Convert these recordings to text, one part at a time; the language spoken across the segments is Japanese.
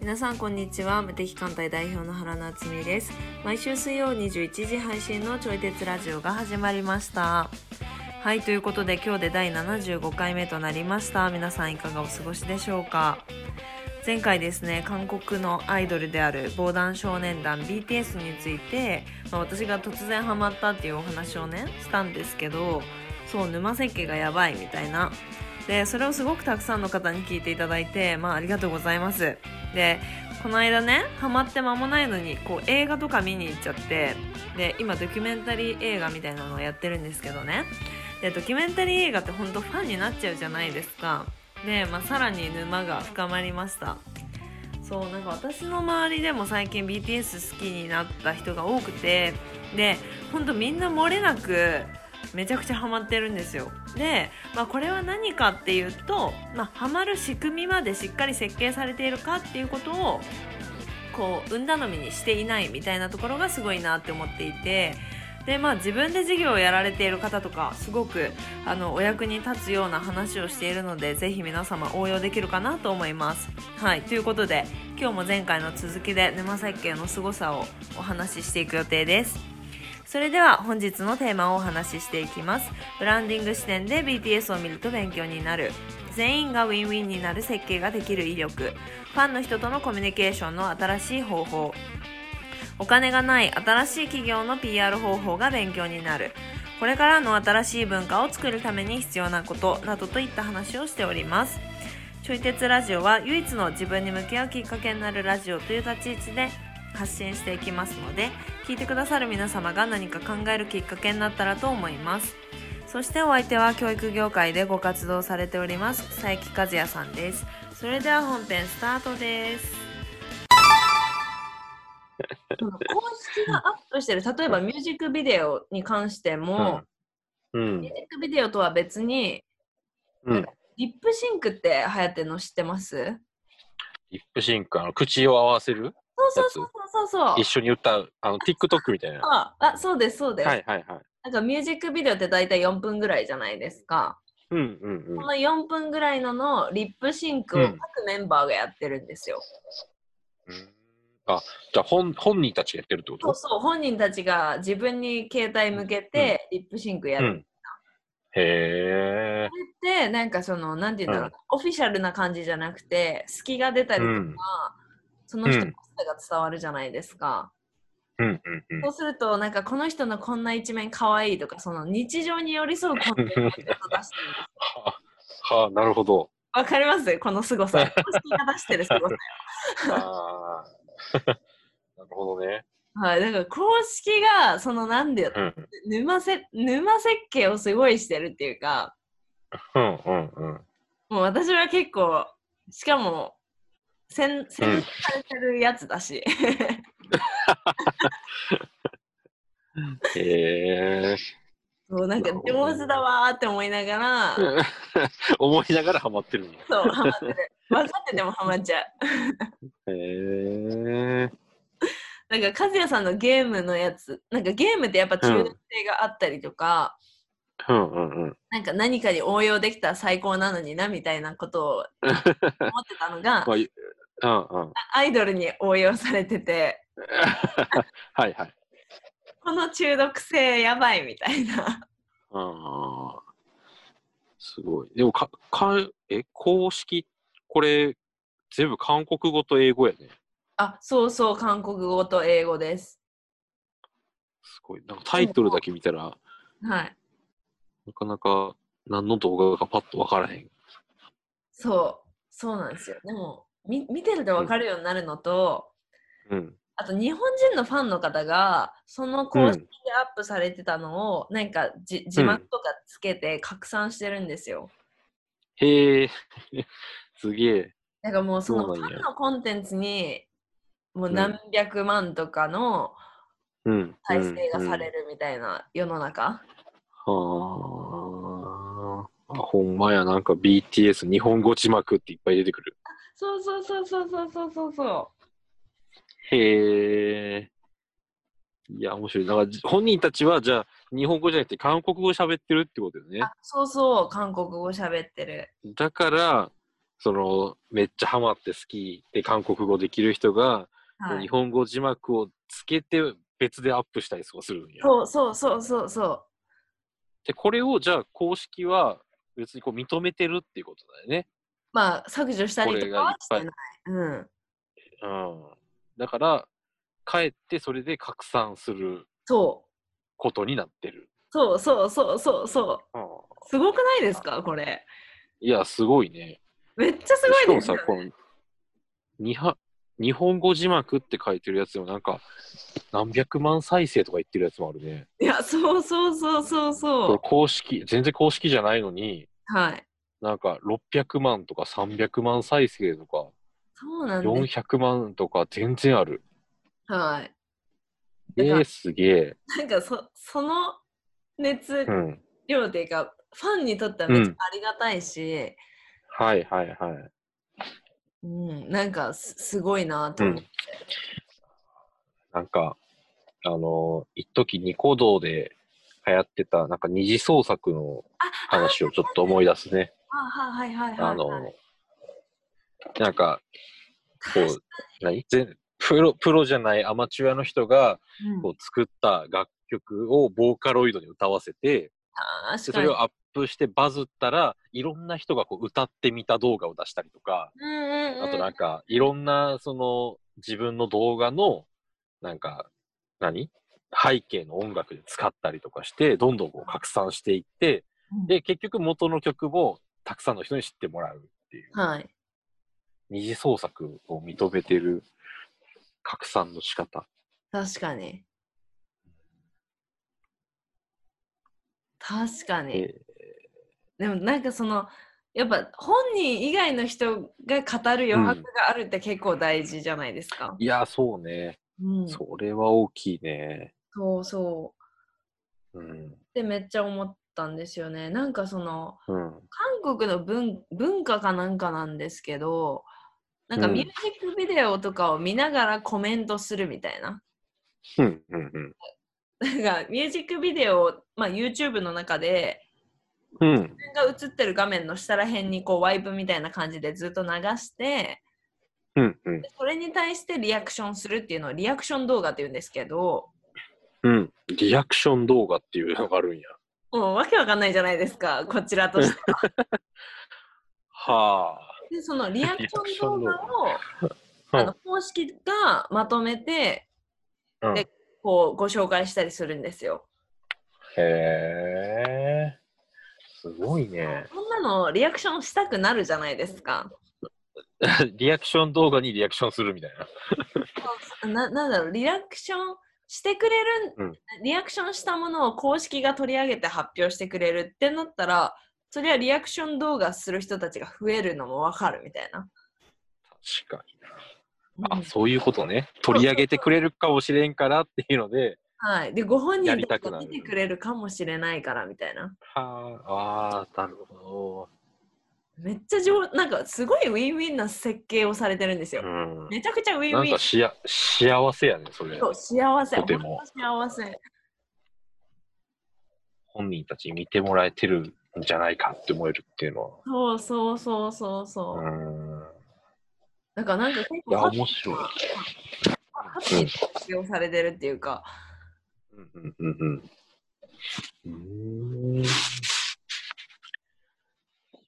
皆さんこんにちは無敵艦隊代表の原夏実です毎週水曜21時配信のちょい鉄ラジオが始まりましたはいということで今日で第75回目となりました皆さんいかがお過ごしでしょうか前回ですね韓国のアイドルである防弾少年団 BTS について、まあ私が突然ハマったっていうお話をねしたんですけどそう沼設計がやばいみたいなでそれをすごくたくさんの方に聞いていただいて、まあ、ありがとうございますでこの間ねハマって間もないのにこう映画とか見に行っちゃってで今ドキュメンタリー映画みたいなのをやってるんですけどねでドキュメンタリー映画って本当ファンになっちゃうじゃないですかで、まあ、さらに沼が深まりましたそうなんか私の周りでも最近 BTS 好きになった人が多くてでほんとみんな漏れなくめちゃくちゃハマってるんですよで、まあ、これは何かっていうと、まあ、ハマる仕組みまでしっかり設計されているかっていうことをこう運頼みにしていないみたいなところがすごいなって思っていてでまあ自分で事業をやられている方とかすごくあのお役に立つような話をしているのでぜひ皆様応用できるかなと思います。はいということで今日も前回の続きで沼設計の凄さをお話ししていく予定です。それでは本日のテーマをお話ししていきますブランディング視点で BTS を見ると勉強になる全員がウィンウィンになる設計ができる威力ファンの人とのコミュニケーションの新しい方法お金がない新しい企業の PR 方法が勉強になるこれからの新しい文化を作るために必要なことなどといった話をしておりますちょい鉄ラジオは唯一の自分に向き合うきっかけになるラジオという立ち位置で発信していきますので聞いてくださる皆様が何か考えるきっかけになったらと思いますそしてお相手は教育業界でご活動されております佐伯和也さんですそれでは本編スタートです公式がアップしてる例えばミュージックビデオに関しても、うんミュージックビデオとは別にうん。リップシンクって流行ってるの知ってますリップシンク、あの、口を合わせるそうそうそうそうそう一緒に歌う、あの、TikTok みたいな。はああそうですそうでいす、はいはい。なんかミュージックビデオって大体4分ぐらいじゃないですか。うんうんうんこ。の4分ぐらいののリップシンクをう各んメンバーがやってるんですよ。うんあ、じゃあ本本人たちがやってるってこそうとそう、本人たちが自分に携帯向けてリップシンクやうるん。へえ。って、なんかその、なんて言うんだろうな、オフィシャルな感じじゃなくて、隙が出たりうとか、んその人うのん個性が伝わるじゃないですか。うんうんうんそうすると、なんかこの人のこんな一面可愛いとか、その日常に寄り添うコンテンツを出してるんですよ。はあ、はあ、なるほど。わかりますこの凄さ。公式が出してる 凄さ。あー なるほどね。はい、だから公式がそのなんでうん沼せ沼設計をすごいしてるっていうかうんうんうん。もう私は結構しかも洗洗う練んされてるやつだし、 へえ。そうなんかなるほどね上手だわーって思いながら、 思いながらハマってるんだ。そうハマってる分かっててもハマっちゃうへえ。なんか和也さんのゲームのやつなんかゲームってやっぱ中毒性があったりとか、うんうんうん。なんか何かに応用できたら最高なのになみたいなことを思ってたのがまあいうんうん。アイドルに応用されててはいはい。この中毒性やばいみたいな。ああ、すごい。でもか、かん、え、公式、これ、全部韓国語と英語やね。 あ、そうそう、韓国語と英語です。すごい。なんかタイトルだけ見たはら、い。なかなか何の動画かパッとわからへん。そう、そうなんですよ。でも、み見てると分かるようになるのと、うん。あと日本人のファンの方が、その公式でアップされてたのを、なんかじ字幕とかつけて拡散してるんですよ。へえ、すげえ。なんかもうそのそうフなんァやンのコンテンツに、もう何百万とかのうん。再生がされる。るみたいな世の中。はあ。あほんまや、なんか BTS 日本語字幕っていっぱい出てくる。そうそうそうそうそうそうそうそう。へえ。いや、面白い。だからじ、本人たちは、じゃあ、日本語じゃなくて、韓国語喋ってるってことよね。あそうそう、韓国語喋ってる。だから、そのめっちゃハマって好きで韓国語できる人が、はい日、本語字幕をつけて別でアップしたりとかするんや。そうそうそうそうそでこれをじゃあ公式は別にこう認めてるっていうことだよね。うまあ削除したりことれかがいはっしぱいてない、うん、うん、だからかえってそれで拡散するそうことになってる。そうそうそうそうそうすごくないですかこれいやすごいね。めっちゃすごいでしすかよもさこのには日本語字幕って書いてるやつでもなんか何百万再生とか言ってるやつもあるね。いやそうそうそうそうこそれう公式全然公式じゃないのにはいなんか600万とか300万再生とかそうなんです400万とか全然ある。はいえだからー、すげえ。なんかそその熱うん。量っていうか、ファンにとってはめっちゃありがたいし、はいはいはい。うんなんかすすごいなと思って、なんか、あのー、一時ニコ動で流行ってた、なんか二次創作の話をちょっと思い出すね。あはいはいはいはい、あのー、なんか、こう、何全プロプロじゃないアマチュアの人がうんこう作った楽曲をボーカロイドに歌わせて、あー確でそかれにをアップしてバズったら、いろんな人がこう歌ってみた動画を出したりとか、うんうんうんあとなんか、いろんな、その、自分の動画の、なんか、何背景の音楽で使ったりとかして、どんどんこう拡散していって、うんで、結局元の曲もたくさんの人に知ってもらうっていう、はい二次創作を認めてる拡散の仕方。確かに確かに、えでもなんかそのやっぱ本人以外の人が語る余白があるって結構大事じゃないですか。いや、そうね。うん、そそれは大きいね。うそう。うん。ってめっちゃ思ったんですよね。なんかそのうん。韓国の文文化かなんかなんですけどなんかうんミュージックビデオとかを見ながらコメントするみたいな。うん。うん。うんなんかミュージックビデオを、まあ、YouTube の中でうん。自分が映ってる画面の下ら辺にこうワイプみたいな感じでずっと流してうん。うん。それに対してリアクションするっていうのをリアクション動画って言うんですけど、うん。リアクション動画っていうのがあるんや。もうわけわかんないじゃないですか、こちらと して。はあ。で、そのリアクション動画をうんあの公式がまとめて、うんでこうご紹介したりするんですよ。へえ、すごいね。 こんなのリアクションしたくなるじゃないですか。リアクション動画にリアクションするみたいな。ななんだろう、リアクションしてくれる、うんリアクションしたものを公式が取り上げて発表してくれるってなったら、それはリアクション動画する人たちが増えるのもわかるみたいな。確かうに。んあ、そういうことね。取り上げてくれるかもしれんからっていうので、はい、でご本や人りたたちくがなる見てくれるかもしれないからみたいなはあ、あーなるほめっちゃ上なんかすごいウィンウィンな設計をされてるんですよど。う、ん。めちゃくちゃウィンウなんィンかしや幸せやね、それそ。う幸せとても本当幸せ本人たちに見てもらえてるんじゃないかって思えるっていうのは。そうそうそうそうそう、うん。なんかなんか結い構や、ハッ面白い。ハッピーな設計をされてるっていうかうんうんうんうん。うーん。い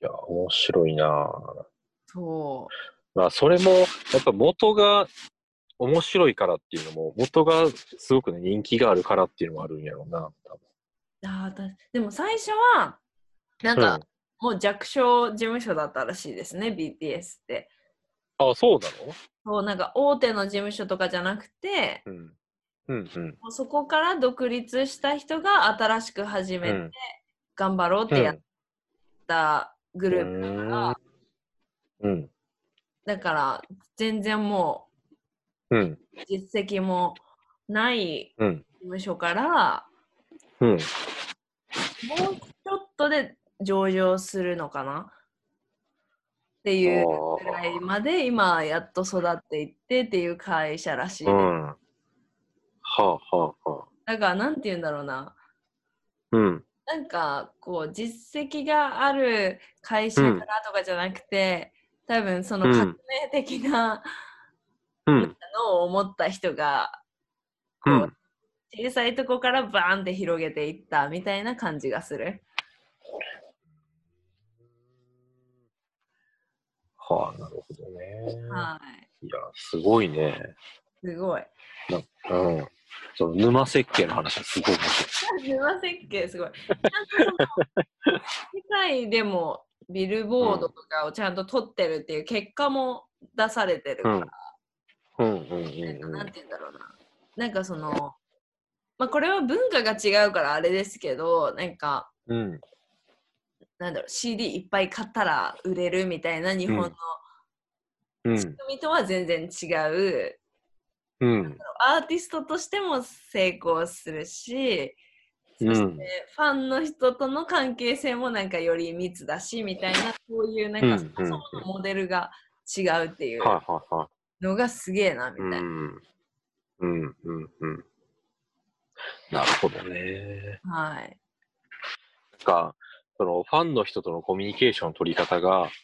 や、面白いなぁ。そまあ、それも、やっぱ元が面白いからっていうのも、元がすごくね、人気があるからっていうのもあるんやろうな、多うあーたでも最初はなん分。か、もう弱小事務所だったらしいですね BTS ってうん、あ、そうなそうなんか大手の事務所とかじゃなくてのうん。うんうん。もうそこから独立した人が新しく始うめてん。頑張ろうっうてやっん。たグループ、うん。だから全然もうん。う実績もないうん。事務所からうん。もうちょっとで上場するのかなっていうぐらいまで今やっと育っていってっていう会社らしい、うん。はあはあはあ。だからなんて言うんだろうなうん。なんかこう実績がある会社からとかじゃなくて、多分そのうん革命的なうん。のを思った人がうん。小さいとこからバーンって広げていったみたいな感じがする。はあ、なるほどね。はい。いや、すごいね。すごい。うん。その沼設計の話はすごい面白い。沼設計すごい。ちゃんとその世界でもビルボードとかをちゃんと取ってるっていう結果も出されてるから、うんうんなんかうなんんうん。て言うんだろうな。なんかその、まあこれは文化が違うからあれですけど、なんか、うん。なんだろう、CD いっぱい買ったら売れるみたいな日本のうん仕。組みとは全然違う、うん。アーティストとしても成功するし、うそしてんファンの人との関係性もなんかより密だしみたいなこういうなんかうんそもそものモデルが違うっていうはいはいはのがすげえなみい。うたいな、ん。うんうんうん。なるほどね。はいなんか、そのファンの人とのコミュニケーションの取り方が、はい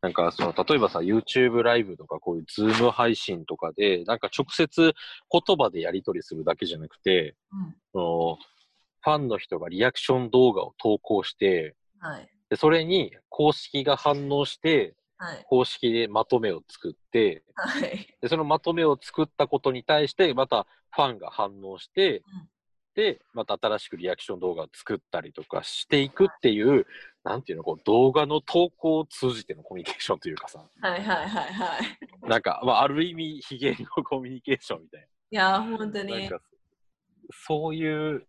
なんかその、例えばさ、YouTube ライブとかこういう Zoom 配信とかで、なんか直接言葉でやり取りするだけじゃなくて、うんそのファンの人がリアクション動画を投稿して、はいでそれに公式が反応して、はい公式でまとめを作って、はいで、そのまとめを作ったことに対して、またファンが反応して、うんで、また新しくリアクション動画を作ったりとかしていくっていう、なんていうの、こう動画の投稿を通じてのコミュニケーションというかさ、はいはいはいはいなんか、まあ、ある意味、非芸のコミュニケーションみたいいやー本当な。なんにか、そういう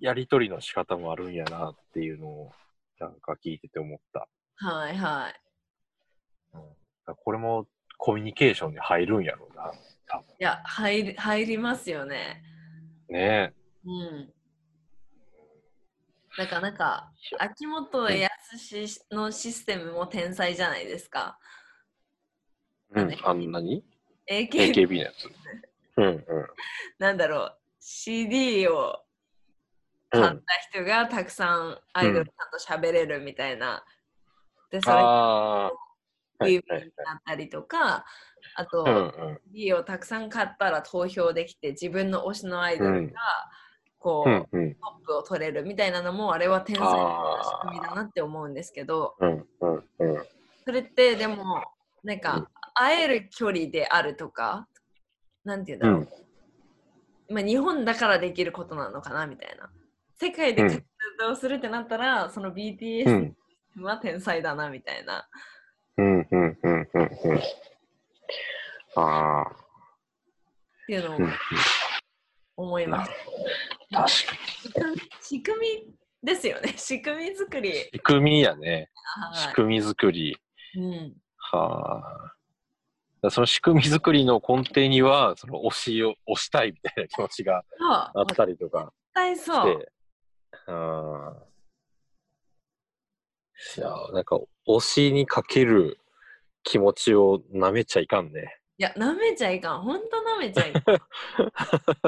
やりとりの仕方もあるんやなっていうのを、なんか聞いてて思った。はいはいうん、これもコミュニケーションに入るんやろういな。や入り入りますよねねうんなんかなんか秋元康のシステムも天才じゃないですかえ。うねん、あんなに AKB AKB のやつ。うんうん。なんだろう CD をうん、買った人がたくさんアイドルさんと喋れるみたいな、でそれがああ。はい有は名いはにい。なったりとかあと、うんうん。 CD をたくさん買ったら投票できて自分の推しのアイドルがこうう、んうんトップを取れるみたいなのもあれは天才な仕組みだなって思うんですけどうんうんうん。それってでもなんうかん会える距離であるとかなんて言うんだうろう、んまあ、日本だからできることなのかなみたいな。世界で活動するってなったら、そのう BTS んは天才だなみたいな。うんうんうんうんうん。ああ。っていうのをうんうん思います。確かに。仕組みですよね。仕組み作り。仕組みやね。仕は組み作り。い。うん。はあ。だからその仕組み作りの根底には、その推しを、推したいみたいな気持ちがそう。あったり とか絶対しそう。て、うん。いや、なんか、推しにかける気持ちを舐めちゃいかんね。いや、なめちゃいかん。ほんとなめちゃいかん。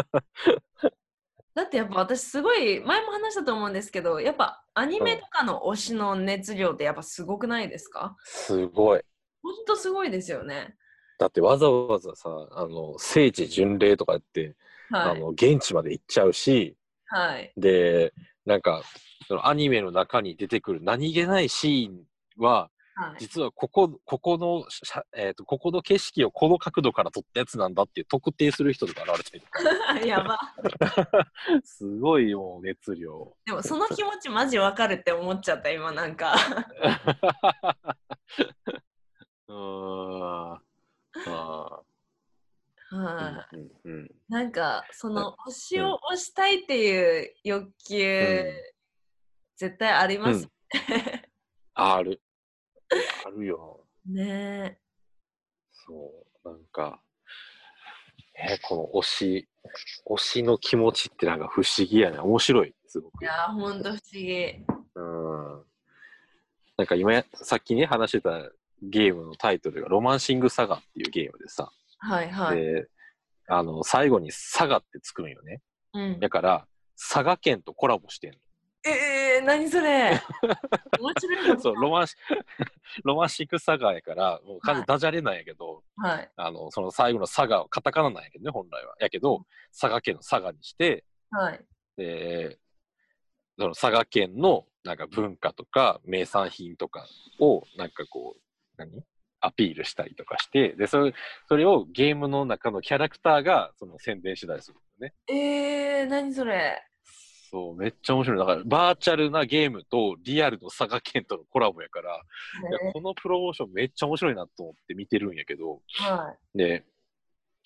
だってやっぱ私すごい、前も話したと思うんですけど、やっぱアニメとかの推しの熱量ってやっぱすごくないですかすごい。ほんとすごいですよね。だってわざわざさ、あの、聖地巡礼とかやって、はあい。の、現地まで行っちゃうし、はい。で、なんか、そのアニメの中に出てくる何気ないシーンは、はい、実はここ、ここのしゃ、えーと、ここの景色をこの角度から撮ったやつなんだっていう特定する人とか現れてる。 やば すごいもう熱量。でもその気持ちマジわかるって思っちゃった今なん か うーん。あはあ。うんうんいなんかその推しを推したいっていう欲求、うん絶対ありうまん。うすん、ある。あるよ。ねそう、なんか、えーこの推し、推しの気持ちってなんか不思議やね。面白い、すごいく。やーほんと不思議うん。なんか今や、さっきね、話してたゲームのタイトルが、ロマンシングサガっていうゲームでさ、はいはい、で、あの、最後にサガってつくんよね。うんだ、から、佐賀県とコラボしてんの。え何そ れ面 白いそう、ロマンシ、 ロマンシックサガやから、もう完全にダジャレなんやけど、はい。あの、その最後の佐賀、カタカナなんやけどね、本来は。やけど、佐賀県の佐賀にして、はい。で、その佐賀県のなんか文化とか名産品とかを、なんかこう、何アピールしたりとかして、で、それ、それをゲームの中のキャラクターが、その宣伝したりするんだよね。えー、何それそう、めっちゃ面白い。だから、バーチャルなゲームとリアルの佐賀県とのコラボやから、いやねこのプロモーションめっちゃ面白いなと思って見てるんやけど、はで、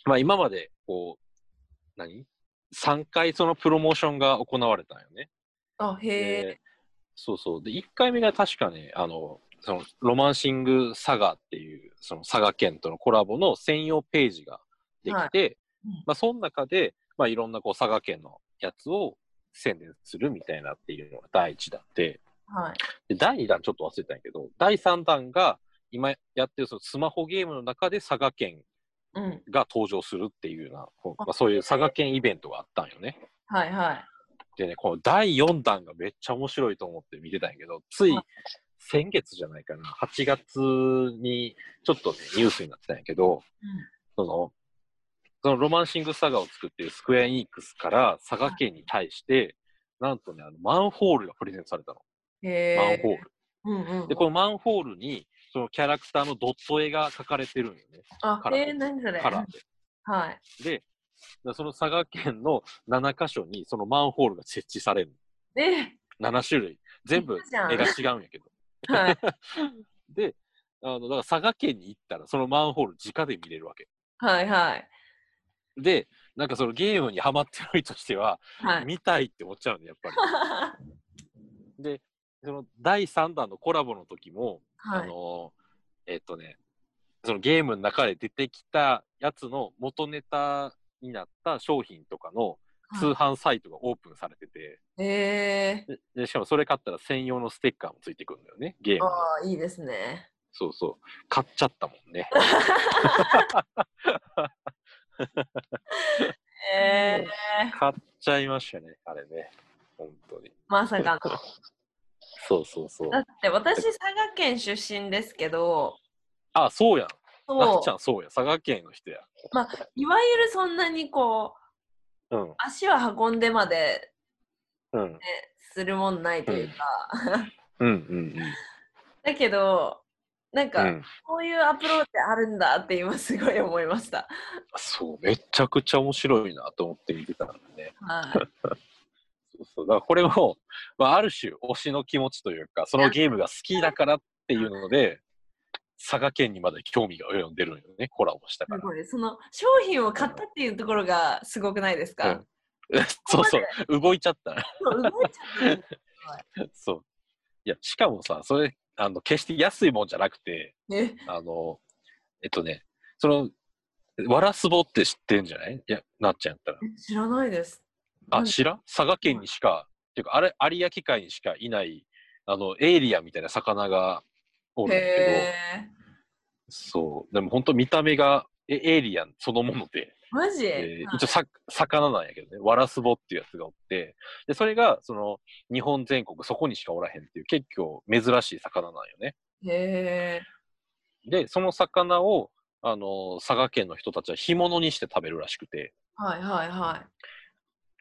まあ今まで、こう、何 ?3 回そのプロモーションが行われたんよね。い。あ、へえ。で、そうそう。で、1回目が確かね、あの、そのロマンシング佐賀っていう、その佐賀県とのコラボの専用ページができて、うんまあその中で、まあいろんなこう佐賀県のやつを宣伝するみたいなっていうのが第1弾で、はい。で第2弾ちょっと忘れたんやけど、第3弾が今やってるそのスマホゲームの中で佐賀県うん。が登場するっていうような、こうまあ、そういう佐賀県イベントがあったんよね。はいはい。でね、この第4弾がめっちゃ面白いと思って見てたんやけど、ついはい先月じゃないかな、8月にちょっとね、ニュースになってたんやけど、その、そのロマンシング佐賀を作っているスクエアエニックスから佐賀県に対して、なんとね、あのマンホールがプレゼントされたの。うん、へマンホえ。ール。うんうん。で、このマンホールに、そのキャラクターのドット絵が描かれてるんよね。あカ、ラーえー、何それカラーで。はい。で、だその佐賀県の7カ所にそのマンホールが設置されるえの。7種類。全部いいじゃん絵が違うんやけど。ー、はい。で、あの、だから佐賀県に行ったらそのマンホール直で見れるわけ。はいはい。で、なんかそのゲームにハマってる人としては、 はい。見たいって思っちゃうんだ、やっぱり。で、その第3弾のコラボの時も、はあい。の、えっとね、そのゲームの中で出てきたやつの元ネタになった商品とかの通販サイトがオープンされてて、えででしかもそれ買ったら専用のステッカーもついてくるんだよね、ゲーー、ム。あー、いいですね。そうそう。買っちゃったも んね。えー、買っちゃいましたね、あれね。本当に。まさ かの。そうそうそうだ。って私、佐賀県出身ですけど、あ、そうやん。なそっうちゃん、そうや。佐賀県の人や。いわゆるそんなにこう、うん。足を運んでまでうん。するもんないというか、うん。うん。だけど、なんうか、ん。こういうアプローチあるんだって今すごい思いま した。そう、めちゃくちゃ面白いなと思って見てたんだね。はい。そうそう。だからこれも、 まあ、ある種、推しの気持ちというか、そのゲームが好きだからっていうので、佐賀県にまで興味が及んでるんよね、コラボしたかすら。ごい。その商品を買ったっていうところがすごくないですか、 そうそう、動いちゃった。 そう動いちゃってそう。いや、しかもさ、それ、あの、決して安いもんじゃなくて、ね。あの、えっとね、その、わらすぼって知ってんじゃないいや、なっちゃんやったら。知らないです。うあ、ん知らん佐賀県にしか、っていうか、あれ、有明海にしかいない、あの、エイリアンみたいな魚がおるんだへけえ。ど、そう。でも本当見た目が、えエイリアンそのもので、マジ、えー一応さ、魚なんやけどね、ワラスボっていうやつがおって、で、それが、その、日本全国そこにしかおらへんっていう、結構珍しい魚なんよね。へえ。で、その魚を、あの、佐賀県の人たちは干物にして食べるらしくて、はいはいは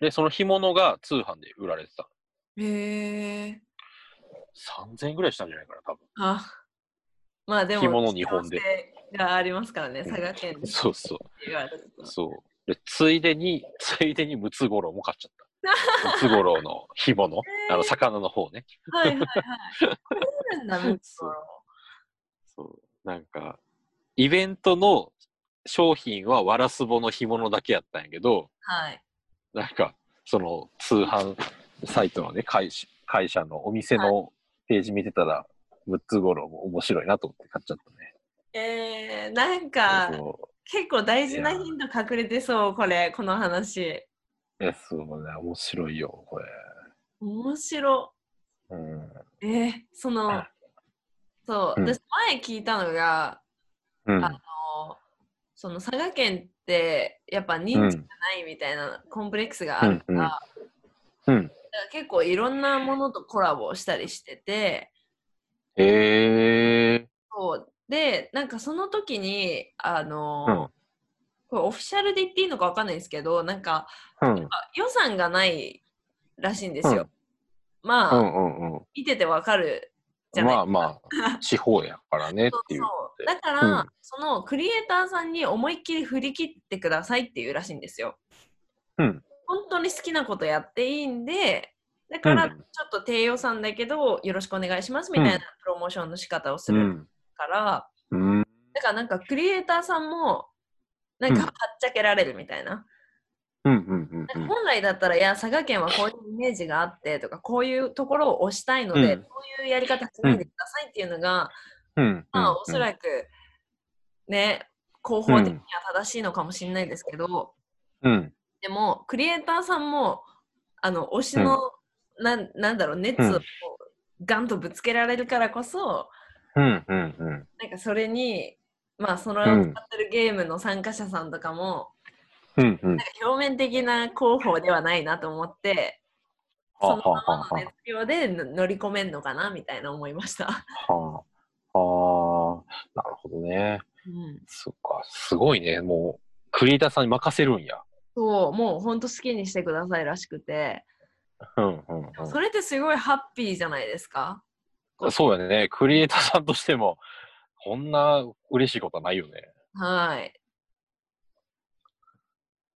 で、その干物が通販で売られてた。い。へえ。 3000円ぐらいしたんじゃないかな、多分。あ。まあでも、着物日本で可能性がありますからね、佐賀県で そうそう。 言われると。そう。で、ついでに、ついでにムツゴロウも買っちゃ った。ムツゴロウの干物、あの、魚の方ね。はいはいはい。これあるんだ、ムツゴロそう。なんか、イベントの商品はワラスボの干物だけやったんやけど、ウはい。なんか、その通販サイトのね、会社会社のお店のページ見てたら、ムツゴロウも面白いなと思って買っちゃったね。えー、なんかそ結構大事ないやヒント隠れてそうこれこの話う。いや、そうね、面白いよ、これ。面白うん。えー、そのそう、うん私前聞いたのがうん。あのその佐賀県ってやっぱ認知がないみたいなコンプレックスがあるから、うん。から結構いろんなものとコラボしたりしてて、へえ。そうで、なんかその時に、あの、うんこれオフィシャルで言っていいのかわかんないですけど、なんかうん。予算がないらしいんですよ。まうあ、んうんうん。見ててわかるじゃないまあま あ、地方やからねっそうていう。そうだから、うんそのクリエイターさんに思いっきり振り切ってくださいっていうらしいんですよ。うん本当に好きなことやっていいんでだからうちょんっと低予算だけどよろしくお願いしますみたいなプロモーションの仕方をすうるん。から、うん。だからなんかクリエイターさんもなんかうんはっちゃけられるみたいな。うんうんうんなうんんか。本来だったら、いや、佐賀県はこういうイメージがあってとか、こういうところを推したいので、うんこういうやり方しないでくださいっていうのが、うん。まあ、おそらくね、広報的には正しいのかもしれないですけど、うん。でも、クリエイターさんも、あの、推しの、なん、なんだろう、熱うをんガンとぶつけられるからこそ、うんうんうん。なんかそれに、まあ、そのうん使ってるゲームの参加者さんとかも、うんうん。なんか表面的な広報ではないなと思って、はそあのはまあまはあの熱量での乗り込めんのかなみたいな思いました。はあ。はあ。なるほどね。うん、そっか。すごいね。もう、クリエイターさんに任せるんや。そう、もう本当好きにしてくださいらしくて。うんうんうん。それってすごいハッピーじゃないですか。そうやね。クリエイターさんとしても、こんな嬉しいことはないよね。はい。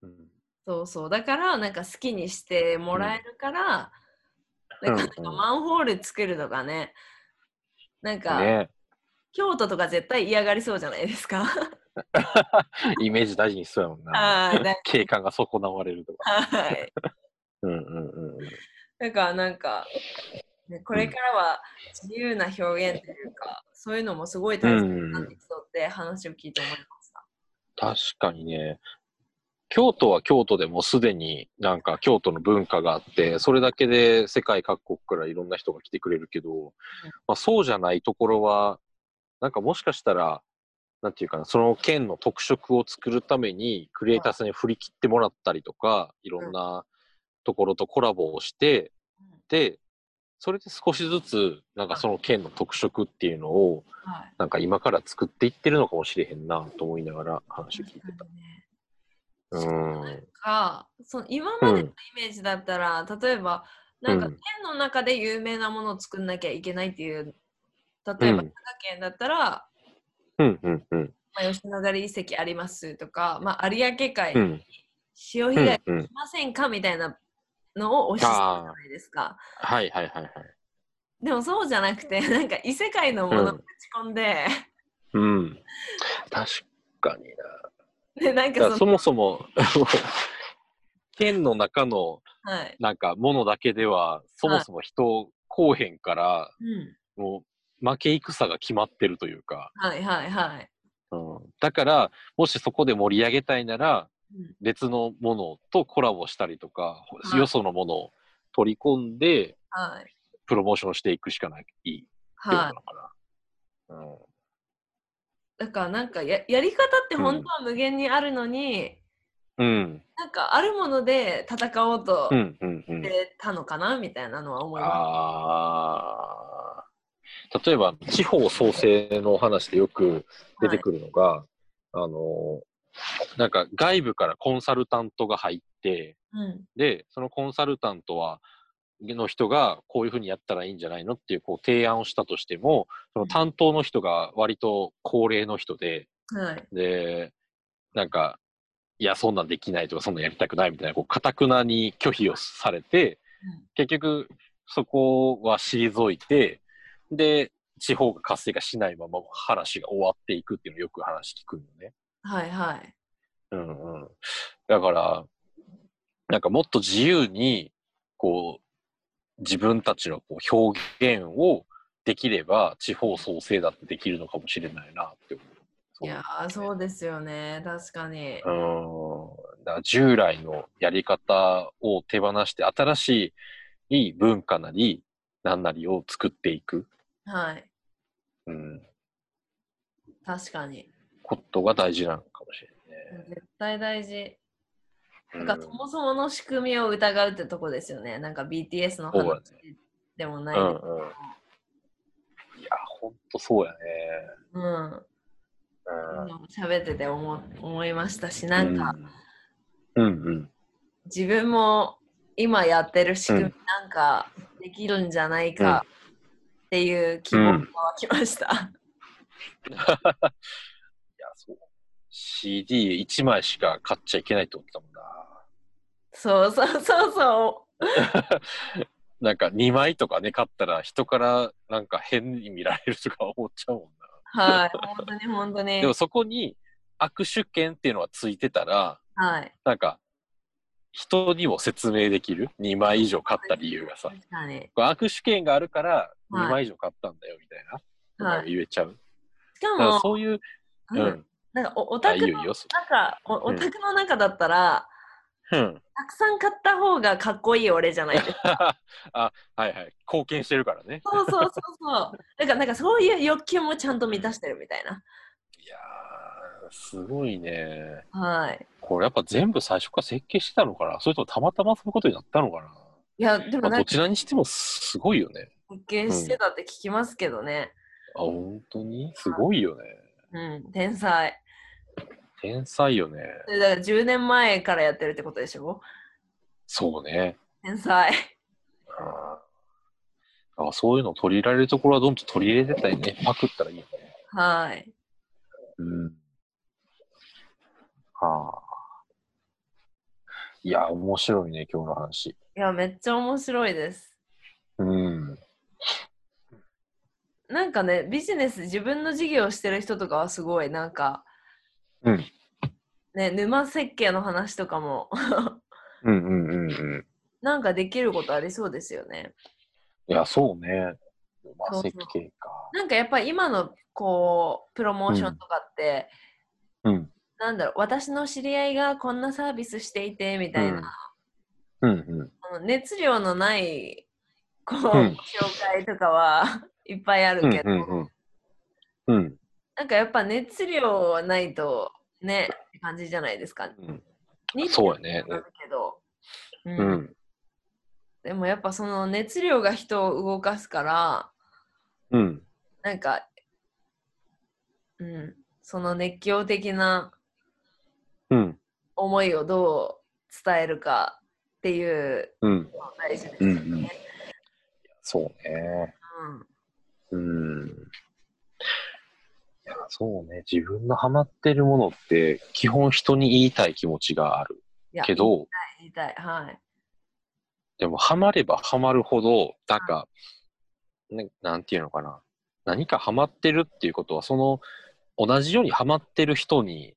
うん。そうそう。だから、なんか好きにしてもらえるから、うんなんかうんうんマンホール作るとかね、なんか、ね京都とか絶対嫌がりそうじゃないです か。イメージ大事にしそうやもんな。はい。だ景観が損なわれるとか。はい。うんうんうんうん。だから、なんか、ねこれからは自由な表現というか、そういうのもすごい大切になってきそうって話を聞いて思いました。確かにね。京都は京都でもうすでになんか京都の文化があって、それだけで世界各国からいろんな人が来てくれるけど、まあ、そうじゃないところは、なんかもしかしたら、なんていうかな、その県の特色を作るためにクリエイターさんに振り切ってもらったりとか、いろんなところとコラボをして、で、それで少しずつ、なんかその県の特色っていうのを、はい。なんか今から作っていってるのかもしれへんなと思いながら話を聞いてた。確かにねうなんん。かその今までうのイんメージだったら、例えばなんかうん県の中で有名なものを作んなきゃいけないっていう例えば佐賀うん県だったら、うんうんうんまあ、吉野ヶ里遺跡ありますとか、まあ、有明海、うん潮う干狩りんうんしませんかみたいなのを推しするじゃないですか。はいはいはいはい。でもそうじゃなくてなんか異世界のものをうんぶち込んで、うん。確かにな。でなんだかからそそのもそも、県の中のはい、なんかものだけでは、そもそも人をこうへんから、うん、もう負け戦が決まってるというか、はいはいはい。うん、だから、もしそこで盛り上げたいなら、うん別のものとコラボしたりとか、はいよそのものを取り込んで、はいプロモーションしていくしかないっていうことはないのかな。うんだからなんかややり方って本当は無限にあるのに、うん、なんかあるもので戦おうとうしん、うん、うん。てたのかな、みたいなのは思いまああ。例えば、地方創生のお話でよく出てくるのが、あの、なんか外部からコンサルタントが入って、す。うんで、そのコンサルタントは、の人がこういうふうにやったらいいんじゃないのっていうこう提案をしたとしても、その担当の人が割と高齢の人で、はい。で、なんか、いや、そんなんできないとか、そんなんやりたくないみたいな、こう、かたくなに拒否をされて、うん結局、そこは退いて、で、地方が活性化しないまま話が終わっていくっていうのをよく話聞くんよね。はいはい。うんうん。だから、なんかもっと自由に、こう、自分たちのこう表現をできれば、地方創生だってできるのかもしれないなって思う。いやーそうですよね。確かにう。ーんだから従来のやり方を手放して新しいいい文化なり何なりを作っていく、はい。うん、確かに。ことが大事なのかもしれないね。絶対大事。なんかそもそもの仕組みを疑うってとこですよね。なんか BTS のそうだ話ねでもうない。んうんうん。いや、ほんとそうやね。うん。うん今も喋ってて思思いましたし、なんか、うんうん。自分も今やってる仕組みなんかできるんじゃないかっていう希望が湧きました。いや、そう。CD1 枚しか買っちゃいけないって思ってたもんな。そうそうそうそなんか2枚とかね、買ったら人からなんか変に見られるとか思っちゃうもんう。 はい。本当に本当な。にでも。そこに握手券っていうのがついてたら、はい。なんか人にも説明できる。2枚以上買った理由がさ。確かに。これ握手券があるからはい2枚以上買ったんだよみたいな。はい言えちゃう。しかだからも、そういう、ううんん。なんかおオあ、タいいクよのいいよ。そ中、おうオんタクの中だったら、うん。たくさん買った方がかっこいい俺じゃないで すか。あ、はいはい。貢献してるからね。そうそうそうそう。なんかなんかそういう欲求もちゃんと満たしてるみたいな。いやー、すごいね。はい。これやっぱ全部最初から設計してたのかなそれともたまたまそういうことになったのかな、いや、でまもあなんかどちらにしてもすごいよね。設計してたって聞きますけどね。あ、本当にすごいよね。うん、天才。天才よね。それだから10年前からやってるってことでしょそうね。天才。 うんあそういうの取り入れられるところはどんどん取り入れてたりね。パクったらいいよね。はい。うん。はあ。いや、面白いね、今日の話。いや、めっちゃ面白いです。うん。なんかね、ビジネス、自分の事業をしてる人とかはすごい、なんか、うん。ね、沼設計の話とかも、 うんうんうんうん。なんかできることありそうですよね。いや、そうね。まそうそあ、う設計か。なんかやっぱり今の、こう、プロモーションとかって、うん。なんだろう、私の知り合いがこんなサービスしていて、みたいな、うんうん。あの熱量のないこう、うん紹介とかは いっぱいあるけど、うんうんうん。なんかやっぱ熱量はないとねって感じじゃないですか。うんニッチそうやねなるけど、うんうん。うん。でもやっぱその熱量が人を動かすからうん。なんか、うん、その熱狂的なうん。思いをどう伝えるかっていううん。のが大事ですうよんね。うん。そうね。うんうん。いや、そうね。自分のハマってるものって、基本人に言いたい気持ちがあるいやけど、言いたいはい。でもハマればハマるほど、なんか、ね、なんていうのかな。何かハマってるっていうことは、その、同じようにハマってる人に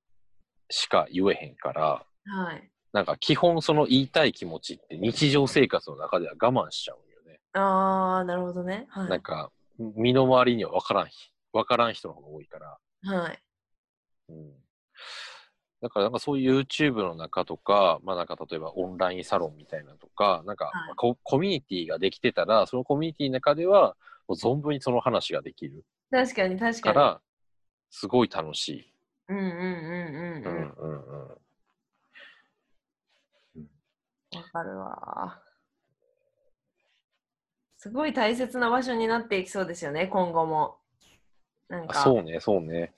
しか言えへんから、はい、なんか基本その言いたい気持ちって日常生活の中では我慢しちゃうんよね。ああなるほどね。はなんい。か、身の回りには分からんひ、分からん人の方が多いから。はいうん。だから、なんかそういう YouTube の中とか、まあなんか例えばオンラインサロンみたいなとか、なんかはいココミュニティができてたら、そのコミュニティの中では、もう存分にその話ができる確かに確かかに。ら、すごい楽しい。うんうんうんううんうんん。うんうん。わかるわ。すごい大切な場所になっていきそうですよね、今後も。なんあか、そうね、そうね。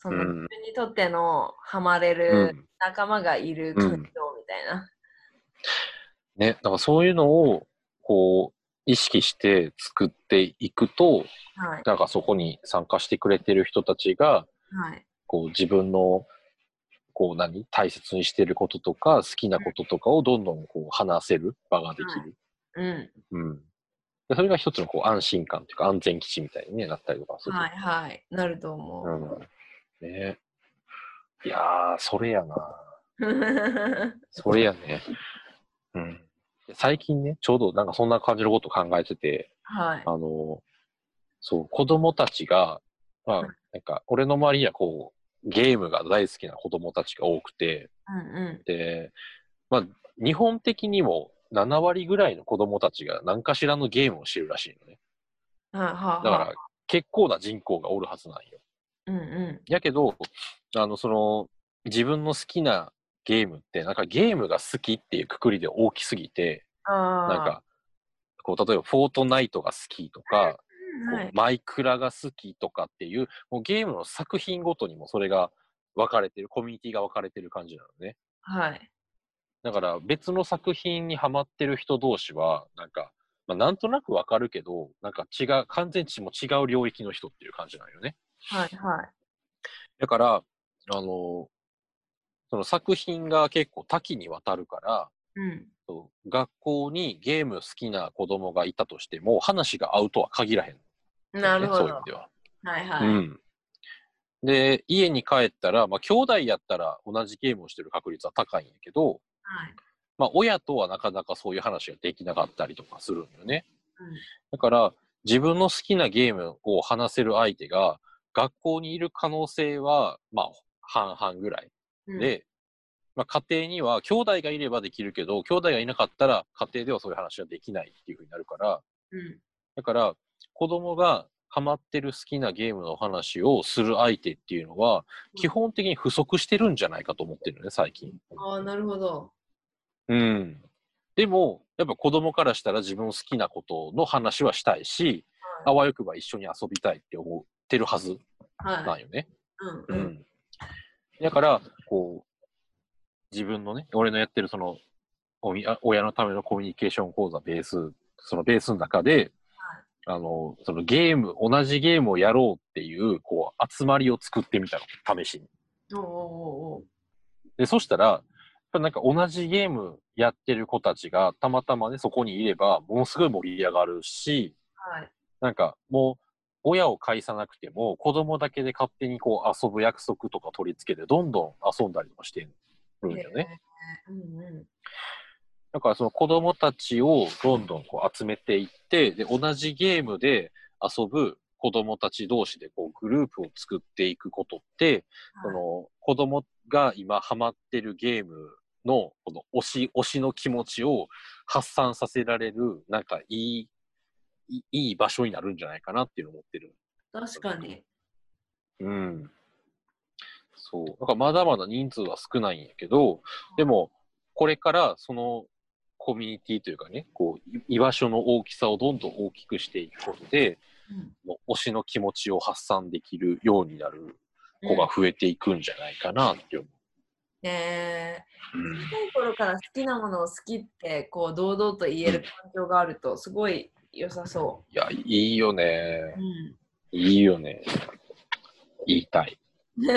そのうん自分にとってのハマれうるん。仲間がいる環境みたいな。ね、だからそういうのを、こう、意識して作っていくと、はい。なんかそこに参加してくれてる人たちが、はい。こう自分の、こう何大切にしてることとか、好きなこととかをどんどんこう話せる場ができる。うん。うん。でそれが一つのこう安心感というか安全基地みたいにねなったりとかする。はいはい。なると思う。うん。ねいやー、それやな。 はそれやね。うん。最近ね、ちょうどなんかそんな感じのこと考えてて、い。あの、そう、子供たちが、まあはい、なんか、俺の周りにはこう、ゲームが大好きな子供たちが多くて、うんうで、まあ、日本的にも7割ぐらいの子供たちが何かしらのゲームをしてるらしいのね。ん。はいはだいかはら、結構な人口がおるはずなんよ。い。うんうやけど、あの、その、自分の好きなゲームって、なんかゲームが好きっていうくくりで大きすぎて、あなんか、こう、例えば、フォートナイトが好きとか、ー、はこ。いうマイクラが好きとかっていう、もうゲームの作品ごとにもそれが分かれてる、コミュニティが分かれてる感じなのね。はい。だから別の作品にハマってる人同士は、なんか、まあ、なんとなく分かるけど、なんか違う、完全にも違う領域の人っていう感じなのよね。はい。はい。だから、あの、その作品が結構多岐にわたるから、うん。そう学校にゲーム好きな子供がいたとしても、話が合うとは限らへん、なるほど。そういう意味では。はいはうい。ん。で、家に帰ったら、まあ、兄弟やったら同じゲームをしてる確率は高いんやけど、はい。まあ、親とはなかなかそういう話ができなかったりとかするんよね。うんだから、自分の好きなゲームを話せる相手が、学校にいる可能性は、まあ、半々ぐらいうん、で、まあ、家庭には、兄弟がいればできるけど、兄弟がいなかったら、家庭ではそういう話はできないっていうふうになるから、うん。だから、子供がハマってる好きなゲームの話をする相手っていうのは、うん基本的に不足してるんじゃないかと思ってるのね、最近。ああ、なるほど。うん。でも、やっぱ子供からしたら自分の好きなことの話はしたいし、あわよくば一緒に遊びたいって思ってるはずなはい。んよね。う。うんうん。ん。だから、こう、自分のね、俺のやってるその、おみあ親のためのコミュニケーション講座ベース、そのベースの中で、あの、そのゲーム、同じゲームをやろうっていう、こう、集まりを作ってみたの、試しに。おうおうおうおう。で、そしたら、やっぱなんか同じゲームやってる子たちがたまたまね、そこにいれば、ものすごい盛り上がるし、はい。なんかもう、親を介さなくても、子供だけで勝手にこう遊ぶ約束とか取り付けて、どんどん遊んだりもしてるんだよね。へー。うんうん。だからその子供たちをどんどんこう集めていって、で、同じゲームで遊ぶ子供たち同士でこうグループを作っていくことって、その子供が今ハマってるゲームのこの推し、推しの気持ちを発散させられる、なんかいい、いいい場所になるんじゃないかなっていうのを思ってる。確かに。うん。そう。だからまだまだ人数は少ないんやけど、でも、これからそのコミュニティというかね、こう、い居場所の大きさをどんどん大きくしていくことで、うんもう推しの気持ちを発散できるようになる子がうん増えていくんじゃないかなって思えう。ー、小さい頃から好きなものを好きってこう堂々と言える環境があるとすごい良さそいや、いいよねう。。ういいよね。言いたい。ん、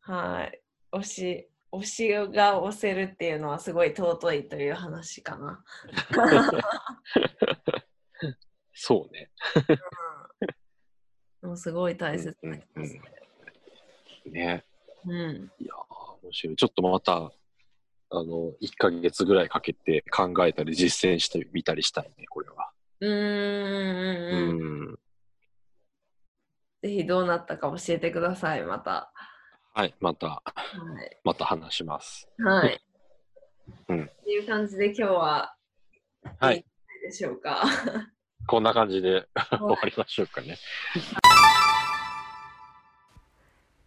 はい。推し、推しが推せるっていうのはすごい尊いという話かな。そうね。でもすごい大切うんなう気んがするうんね。うん。いやー、面白い。ちょっとまた、あの、1ヶ月ぐらいかけて考えたり実践してみたりしたいね、これは。うーうんうんうん。ん。ぜひどうなったか教えてください、また。はい、また、はい。また話します。はい。うんっていう感じで今日ははいいでしょうか。こんな感じで 終わりましょうかね。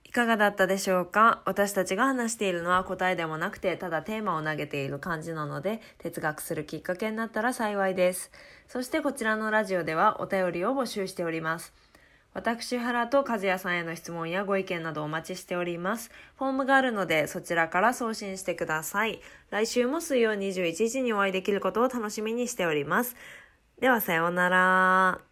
いかがだったでしょうか私たちが話しているのは答えでもなくて、ただテーマを投げている感じなので、哲学するきっかけになったら幸いです。そしてこちらのラジオではお便りを募集しております。私原と和也さんへの質問やご意見などお待ちしております。フォームがあるのでそちらから送信してください。来週も水曜21時にお会いできることを楽しみにしております。ではさようなら。